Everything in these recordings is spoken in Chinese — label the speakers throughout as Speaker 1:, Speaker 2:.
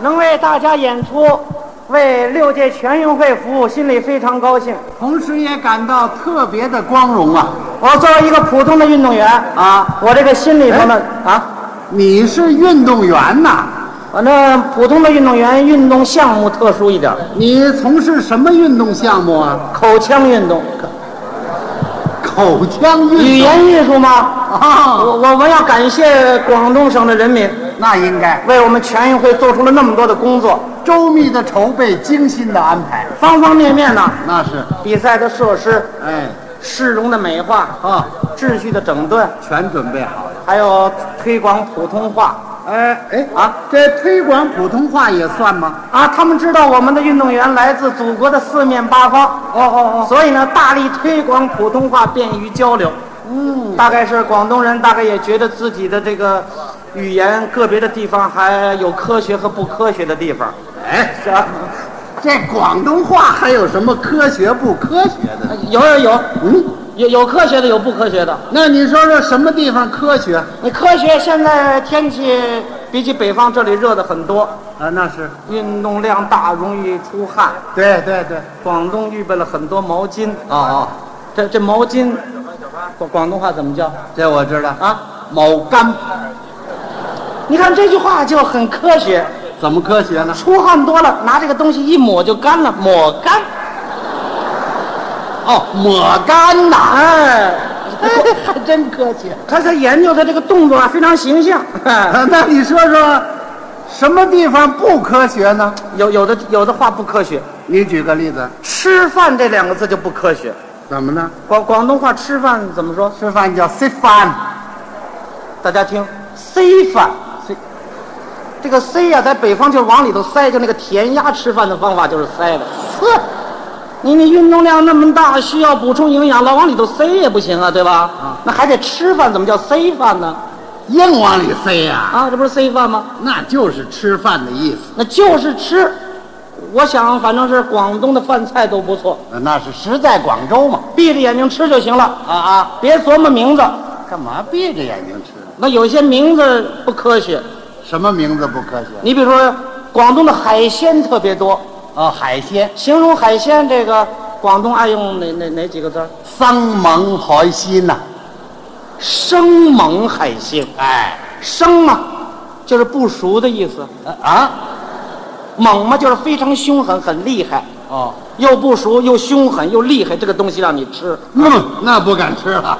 Speaker 1: 能为大家演出，为六届全运会服务，心里非常高兴。
Speaker 2: 同时也感到特别的光荣啊！
Speaker 1: 我作为一个普通的运动员，
Speaker 2: 啊，
Speaker 1: 我这个心里头呢，
Speaker 2: 啊，你是运动员呐、
Speaker 1: 反正普通的运动员运动项目特殊一点儿，
Speaker 2: 你从事什么运动项目啊？
Speaker 1: 口腔运动，
Speaker 2: 口腔运动。
Speaker 1: 语言艺术吗？
Speaker 2: 啊，
Speaker 1: 我我们要感谢广东省的人民，
Speaker 2: 那应该
Speaker 1: 为我们全运会做出了那么多的工作，
Speaker 2: 周密的筹备，精心的安排，
Speaker 1: 方方面面呢，
Speaker 2: 那是。
Speaker 1: 比赛的设施、
Speaker 2: 哎，
Speaker 1: 市容的美化、
Speaker 2: 啊，
Speaker 1: 秩序的整顿，
Speaker 2: 全准备好了。
Speaker 1: 还有推广普通话
Speaker 2: 哎哎
Speaker 1: 啊
Speaker 2: 这推广普通话也算吗？
Speaker 1: 啊！他们知道我们的运动员来自祖国的四面八方，
Speaker 2: 哦哦，
Speaker 1: 所以呢，大力推广普通话，便于交流。嗯，大概是广东人，大概也觉得自己的这个语言个别的地方还有科学和不科学的地方。
Speaker 2: 哎，
Speaker 1: 是啊，
Speaker 2: 这广东话还有什么科学不科学的呢？
Speaker 1: 有有有
Speaker 2: 嗯，
Speaker 1: 有有科学的，有不科学的。
Speaker 2: 那你说说什么地方科学？啊，
Speaker 1: 你科学现在天气比起北方这里热的很多，
Speaker 2: 啊那是。
Speaker 1: 运动量大，容易出汗。
Speaker 2: 对对对。
Speaker 1: 广东预备了很多毛巾，
Speaker 2: 哦哦，
Speaker 1: 这这毛巾，广广东话怎么叫
Speaker 2: 这我知道。
Speaker 1: 啊？
Speaker 2: 某干
Speaker 1: 你看这句话就很科学。
Speaker 2: 怎么科学呢？
Speaker 1: 出汗多了，拿这个东西一抹就干了，抹干。
Speaker 2: 哦，抹干呐。
Speaker 1: 哎，
Speaker 2: 还真科学。
Speaker 1: 他这研究的这个动作啊，非常形象。
Speaker 2: 啊那你说说，什么地方不科学呢？
Speaker 1: 有有的有的话不科学，
Speaker 2: 你举个例子，
Speaker 1: 吃饭这两个字就不科学。
Speaker 2: 怎么呢？
Speaker 1: 广广东话吃饭怎么说？
Speaker 2: 吃饭叫吃饭，
Speaker 1: 大家听，C 饭，C，这个 C 呀、在北方就是往里头塞，就那个填鸭吃饭的方法就是塞的。呵，你你运动量那么大，需要补充营养，老往里头塞也不行啊，对吧？那还得吃饭，怎么叫 C 饭呢？
Speaker 2: 硬往里塞呀、
Speaker 1: 啊，这不是 C 饭吗？
Speaker 2: 那就是吃饭的意思。
Speaker 1: 那就是吃。我想，反正是广东的饭菜都不错，
Speaker 2: 那是实在广州嘛。
Speaker 1: 闭着眼睛吃就行了，
Speaker 2: 啊啊，
Speaker 1: 别琢磨名字。
Speaker 2: 干嘛闭着眼睛吃？
Speaker 1: 那有些名字不科学，
Speaker 2: 什么名字不科学？
Speaker 1: 你比如说，广东的海鲜特别多，
Speaker 2: 哦，海鲜，
Speaker 1: 形容海鲜这个，广东爱用哪哪哪几个字儿？
Speaker 2: 生猛海鲜呐、
Speaker 1: 生猛海鲜，
Speaker 2: 哎，
Speaker 1: 生嘛，就是不熟的意思；
Speaker 2: 啊，
Speaker 1: 猛嘛，就是非常凶狠，很厉害。
Speaker 2: 哦，
Speaker 1: 又不熟，又凶狠，又厉害，这个东西让你吃
Speaker 2: 嗯，那不敢吃了。
Speaker 1: 啊！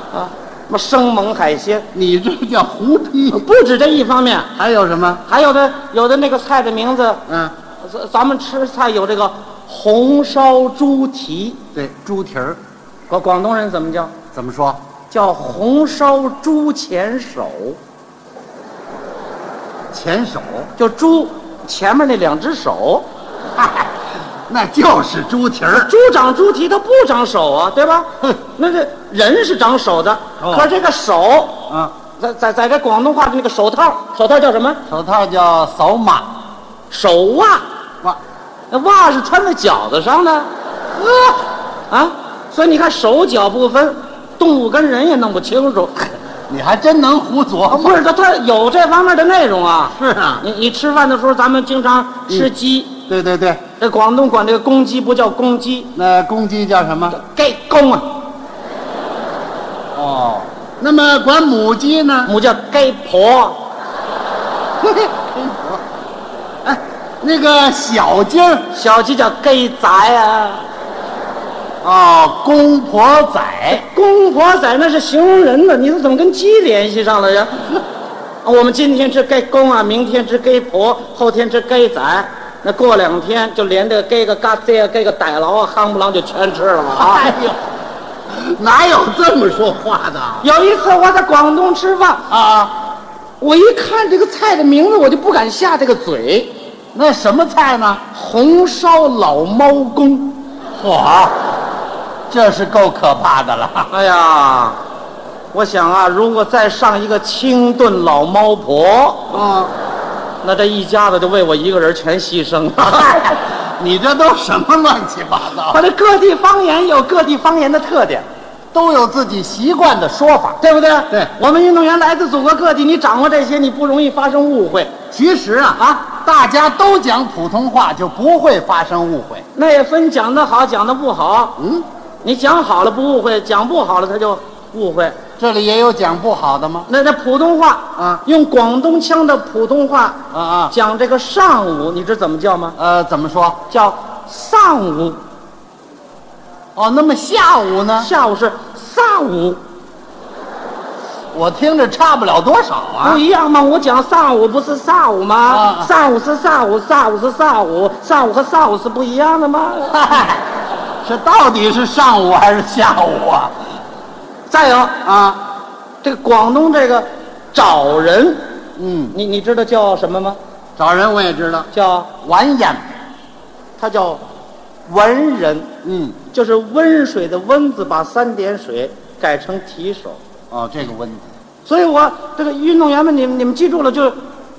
Speaker 1: 什么生猛海鲜，
Speaker 2: 你这叫胡批。
Speaker 1: 不止这一方面。
Speaker 2: 还有什么？
Speaker 1: 还有的有的那个菜的名字，
Speaker 2: 嗯，
Speaker 1: 咱咱们吃菜有这个红烧猪蹄，
Speaker 2: 对，猪蹄儿
Speaker 1: 广广东人怎么叫？
Speaker 2: 怎么说？
Speaker 1: 叫红烧猪前手，
Speaker 2: 前手，
Speaker 1: 就猪前面那两只手，
Speaker 2: 嗨，那就是猪蹄儿。
Speaker 1: 猪长猪蹄它不长手啊，对吧
Speaker 2: 哼？
Speaker 1: 那这人是长手的，
Speaker 2: 哦
Speaker 1: 可这个手，
Speaker 2: 啊，
Speaker 1: 在在在这广东话的那个手套，手套叫什么？
Speaker 2: 手套叫扫码。
Speaker 1: 手袜，
Speaker 2: 哇，
Speaker 1: 那袜是穿在脚子上的，
Speaker 2: 呵，
Speaker 1: 啊，所以你看手脚不分，动物跟人也弄不清 楚。
Speaker 2: 你还真能胡琢
Speaker 1: 不
Speaker 2: 磨。
Speaker 1: 是，他他有这方面的内容啊。嗯
Speaker 2: 是啊，
Speaker 1: 你你吃饭的时候，咱们经常吃鸡，
Speaker 2: 对对对，
Speaker 1: 这广东管这个公鸡不叫公鸡，
Speaker 2: 那公鸡叫什么？
Speaker 1: 该公啊，
Speaker 2: 哦，那么管母鸡呢？
Speaker 1: 母叫该婆，
Speaker 2: 哎，那个小鸡儿
Speaker 1: 小鸡叫该崽啊。
Speaker 2: 哦，公婆仔。
Speaker 1: 公婆仔那是形容人的，你是怎么跟鸡联系上了呀？ 我们今天吃该公啊，明天吃该婆，后天吃该崽，那过两天就连这个该个嘎贼啊，该个歹劳啊，夯不啷就全吃了嘛啊。
Speaker 2: 哎呦， 哪有这么说话的啊
Speaker 1: 有一次我在广东吃饭，
Speaker 2: 啊？
Speaker 1: 我一看这个菜的名字，我就不敢下这个嘴。
Speaker 2: 那什么菜呢？
Speaker 1: 红烧老猫公，
Speaker 2: 嚯，这是够可怕的了。
Speaker 1: 哎呀，我想啊，如果再上一个清炖老猫婆，
Speaker 2: 啊，
Speaker 1: 那这一家子就为我一个人全牺牲 了。
Speaker 2: 你这都什么乱七八糟？
Speaker 1: 反正各地方言有各地方言的特点，
Speaker 2: 都有自己习惯的说法。
Speaker 1: 对不对？
Speaker 2: 对
Speaker 1: 我们运动员来自祖国各地，你掌握这些，你不容易发生误会。
Speaker 2: 其实啊
Speaker 1: 啊
Speaker 2: 啊，大家都讲普通话，就不会发生误会。
Speaker 1: 那也分讲的好，讲的不好。
Speaker 2: 嗯，
Speaker 1: 你讲好了不误会，讲不好了他就误会。
Speaker 2: 这里也有讲不好的吗？
Speaker 1: 那那普通话
Speaker 2: 啊，
Speaker 1: 用广东腔的普通话
Speaker 2: 啊啊，
Speaker 1: 讲这个上午，你知怎么叫吗？
Speaker 2: 呃，怎么说？
Speaker 1: 叫上午，
Speaker 2: 哦，那么下午呢？
Speaker 1: 下午是上午，
Speaker 2: 我听着差不了多少啊
Speaker 1: 不。一样吗？我讲上午不是上午吗
Speaker 2: 啊？
Speaker 1: 上午是上午，上午是上午，上午和上午是不一样的吗？
Speaker 2: 嗨， 这到底是上午还是下午啊？
Speaker 1: 再有，
Speaker 2: 啊，
Speaker 1: 这个广东这个找人，
Speaker 2: 嗯，
Speaker 1: 你你知道叫什么吗？
Speaker 2: 找人我也知道，
Speaker 1: 叫
Speaker 2: 晚宴。
Speaker 1: 他叫文人，
Speaker 2: 嗯，
Speaker 1: 就是温水的温字，把三点水改成提手。
Speaker 2: 哦，这个温字。
Speaker 1: 所以我这个运动员们，你们你们记住了，就是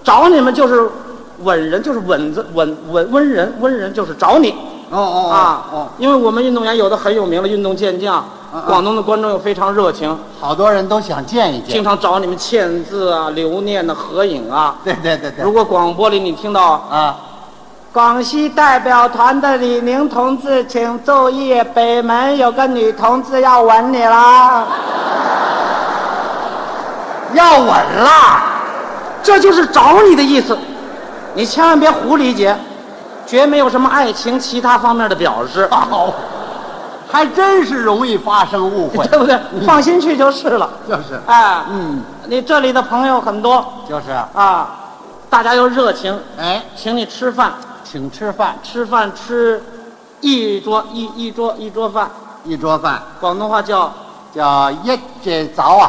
Speaker 1: 找你们就是稳人，就是稳字稳稳温人，温人就是找你
Speaker 2: 哦哦
Speaker 1: 啊。
Speaker 2: 哦，
Speaker 1: 因为我们运动员有的很有名的运动健将
Speaker 2: 嗯，
Speaker 1: 广东的观众又非常热情，
Speaker 2: 好多人都想见一
Speaker 1: 经
Speaker 2: 见。
Speaker 1: 常找你们签字啊、留念的合影啊。
Speaker 2: 对对对对
Speaker 1: 如。果广播里你听到
Speaker 2: 啊，
Speaker 1: 广西代表团的李宁同志，请注意，北门有个女同志要吻你啦。
Speaker 2: 要稳啦！
Speaker 1: 这就是找你的意思，你千万别胡理解，绝没有什么爱情其他方面的表示，
Speaker 2: 好，还真是容易发生误会。
Speaker 1: 对不对？放心去就是了。
Speaker 2: 就是，
Speaker 1: 哎，
Speaker 2: 嗯，
Speaker 1: 你这里的朋友很多
Speaker 2: 就是。
Speaker 1: 啊，大家又热情，
Speaker 2: 哎，
Speaker 1: 请你吃饭，
Speaker 2: 请吃饭，
Speaker 1: 吃饭吃一桌一一桌一桌饭，
Speaker 2: 一桌饭
Speaker 1: 广东话叫
Speaker 2: 叫一节早啊，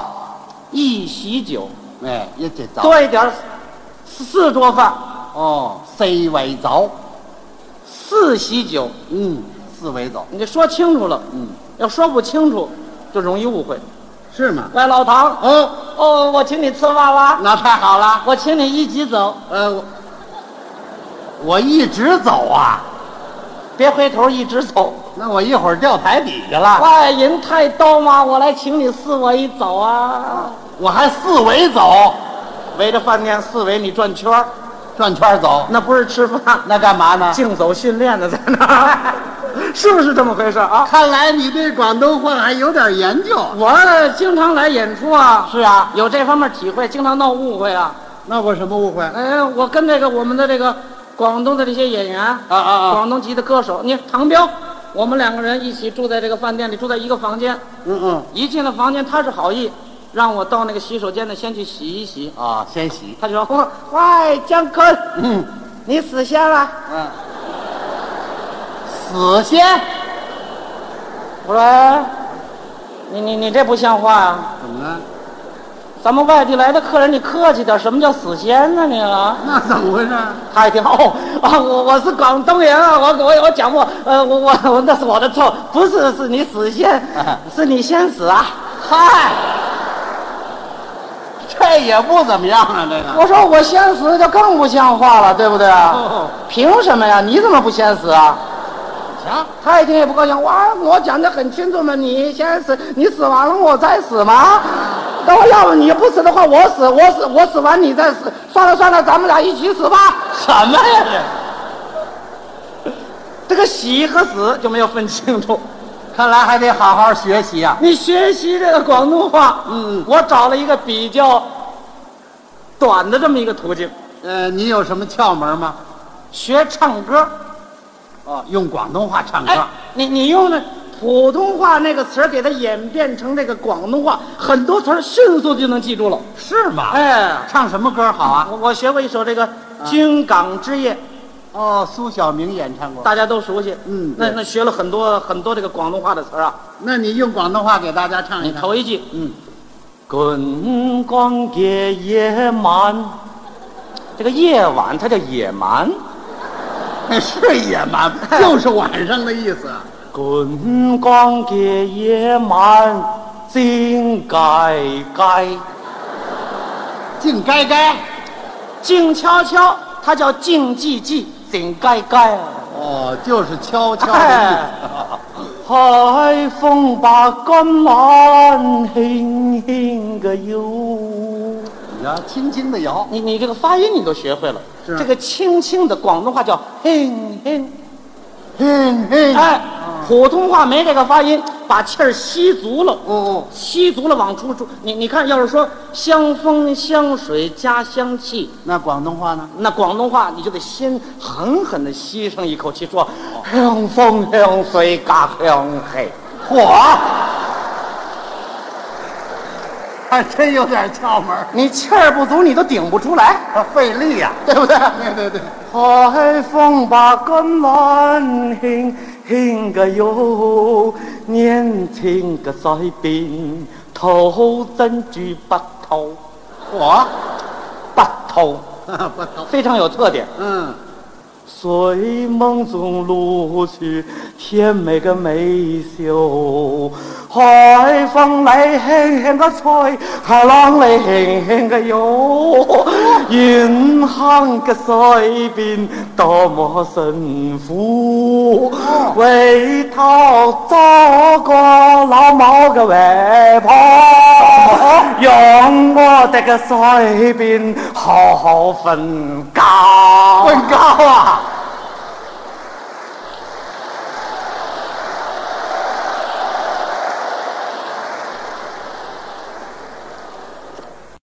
Speaker 1: 一席酒，
Speaker 2: 哎，一节早。
Speaker 1: 多一点儿四四桌饭，
Speaker 2: 哦，四围早，
Speaker 1: 四席酒，
Speaker 2: 嗯，四围早，
Speaker 1: 你说清楚了，
Speaker 2: 嗯，
Speaker 1: 要说不清楚就容易误会。
Speaker 2: 是吗？
Speaker 1: 喂，老唐，
Speaker 2: 哦，
Speaker 1: 哦，我请你吃娃娃，
Speaker 2: 那太好了。
Speaker 1: 我请你一起走，
Speaker 2: 呃，我我一直走啊，
Speaker 1: 别回头一直走。
Speaker 2: 那我一会儿掉台底下了。
Speaker 1: 喂，人太多吗？我来请你四围走啊！
Speaker 2: 我还四围走，
Speaker 1: 围着饭店四围你转圈儿
Speaker 2: 转圈走，
Speaker 1: 那不是吃饭，
Speaker 2: 那干嘛呢？
Speaker 1: 竞走训练的在那儿， 是不是这么回事啊？
Speaker 2: 看来你对广东话还有点研究。
Speaker 1: 我经常来演出啊，
Speaker 2: 是啊，
Speaker 1: 有这方面体会，经常闹误会啊。
Speaker 2: 那我什么误会？啊
Speaker 1: 哎，我跟这个我们的这个广东的这些演员，
Speaker 2: 啊啊！
Speaker 1: 广东籍的歌手，你看唐彪，我们两个人一起住在这个饭店里，住在一个房间。
Speaker 2: 嗯嗯。
Speaker 1: 一进了房间，他是好意，让我到那个洗手间呢，先去洗一洗。
Speaker 2: 啊，先洗。
Speaker 1: 他就说：“喂，姜昆，
Speaker 2: 嗯
Speaker 1: 你死先了。
Speaker 2: 嗯。死先？”
Speaker 1: 我说：“哎你你你这不像话啊！
Speaker 2: 怎么了？
Speaker 1: 咱们外地来的客人，你客气点，什么叫死先呢？你啊
Speaker 2: 那怎么回事？？”
Speaker 1: 他一听哦啊，我我是广东人啊，我我我讲过，呃，我我我那是我的错，不是是你死先， 是你先死啊！
Speaker 2: 嗨，这也不怎么样啊，这个。
Speaker 1: 我说我先死就更不像话了，对不对啊？
Speaker 2: 哦
Speaker 1: 凭什么呀？你怎么不先死啊？
Speaker 2: 行，
Speaker 1: 他一听也不高兴，哇！我讲的很清楚嘛，你先死，你死完了我再死吗？ 等会要不你不死的话，我死，我死，我死完你再死。算了算了，咱们俩一起死吧。
Speaker 2: 什么呀
Speaker 1: 这个喜和死就没有分清楚。
Speaker 2: 这？看来还得好好学习啊。
Speaker 1: 你学习这个广东话，
Speaker 2: 嗯
Speaker 1: 我找了一个比较短的这么一个途径，
Speaker 2: 呃，你有什么窍门吗？
Speaker 1: 学唱歌。
Speaker 2: 哦，用广东话唱歌。
Speaker 1: 哎，你你用那普通话那个词儿给它演变成这个广东话，很多词儿迅速就能记住了。
Speaker 2: 是吗？，
Speaker 1: 哎。
Speaker 2: 唱什么歌好啊？
Speaker 1: 我我学过一首这个《军港之夜》，
Speaker 2: 哦，苏晓明演唱过。
Speaker 1: 大家都熟悉。
Speaker 2: 嗯
Speaker 1: 那
Speaker 2: 对
Speaker 1: 那学了很多很多这个广东话的词儿啊。
Speaker 2: 那你用广东话给大家唱一唱。
Speaker 1: 头一句，
Speaker 2: 嗯，
Speaker 1: 滚光的夜蛮，这个夜晚它叫野蛮。
Speaker 2: 是野蛮， 就是晚上的意思啊。
Speaker 1: 滚光的夜蛮，静盖盖，
Speaker 2: 静该该。
Speaker 1: 静悄悄，它叫静寂寂，静盖盖啊。
Speaker 2: 哦，就是悄悄的意思。
Speaker 1: 哎海 风把橄榄轻轻嘅摇，
Speaker 2: 啊，轻轻的摇，
Speaker 1: 你你这个发音你都学会了，
Speaker 2: 是
Speaker 1: 这个轻轻的广东话叫哼哼，
Speaker 2: 嘿嘿，
Speaker 1: 哎，普通话没这个发音，把气儿吸足了，嗯
Speaker 2: 哦
Speaker 1: 吸足了往出出。你你看，要是说香风香水加香气，
Speaker 2: 那广东话呢？
Speaker 1: 那广东话你就得先狠狠的吸上一口气，说香风香水加香气，嚯，
Speaker 2: 还真有点窍门儿，
Speaker 1: 你气儿不足你都顶不出来，
Speaker 2: 啊 费力呀、
Speaker 1: 对不对？
Speaker 2: 对对对，
Speaker 1: 海风把根乱兴，兴个哟，年轻个在边，头真举不头，
Speaker 2: 我，
Speaker 1: 不头，
Speaker 2: 不懂，
Speaker 1: 非常有特点。
Speaker 2: 嗯，
Speaker 1: 睡梦中陆续甜美个美秀，海风来轻轻个吹，海浪来轻轻个游，银行个水边多么幸福，回头做个老毛个外婆，用我这个水边好好瞓觉。
Speaker 2: 高啊，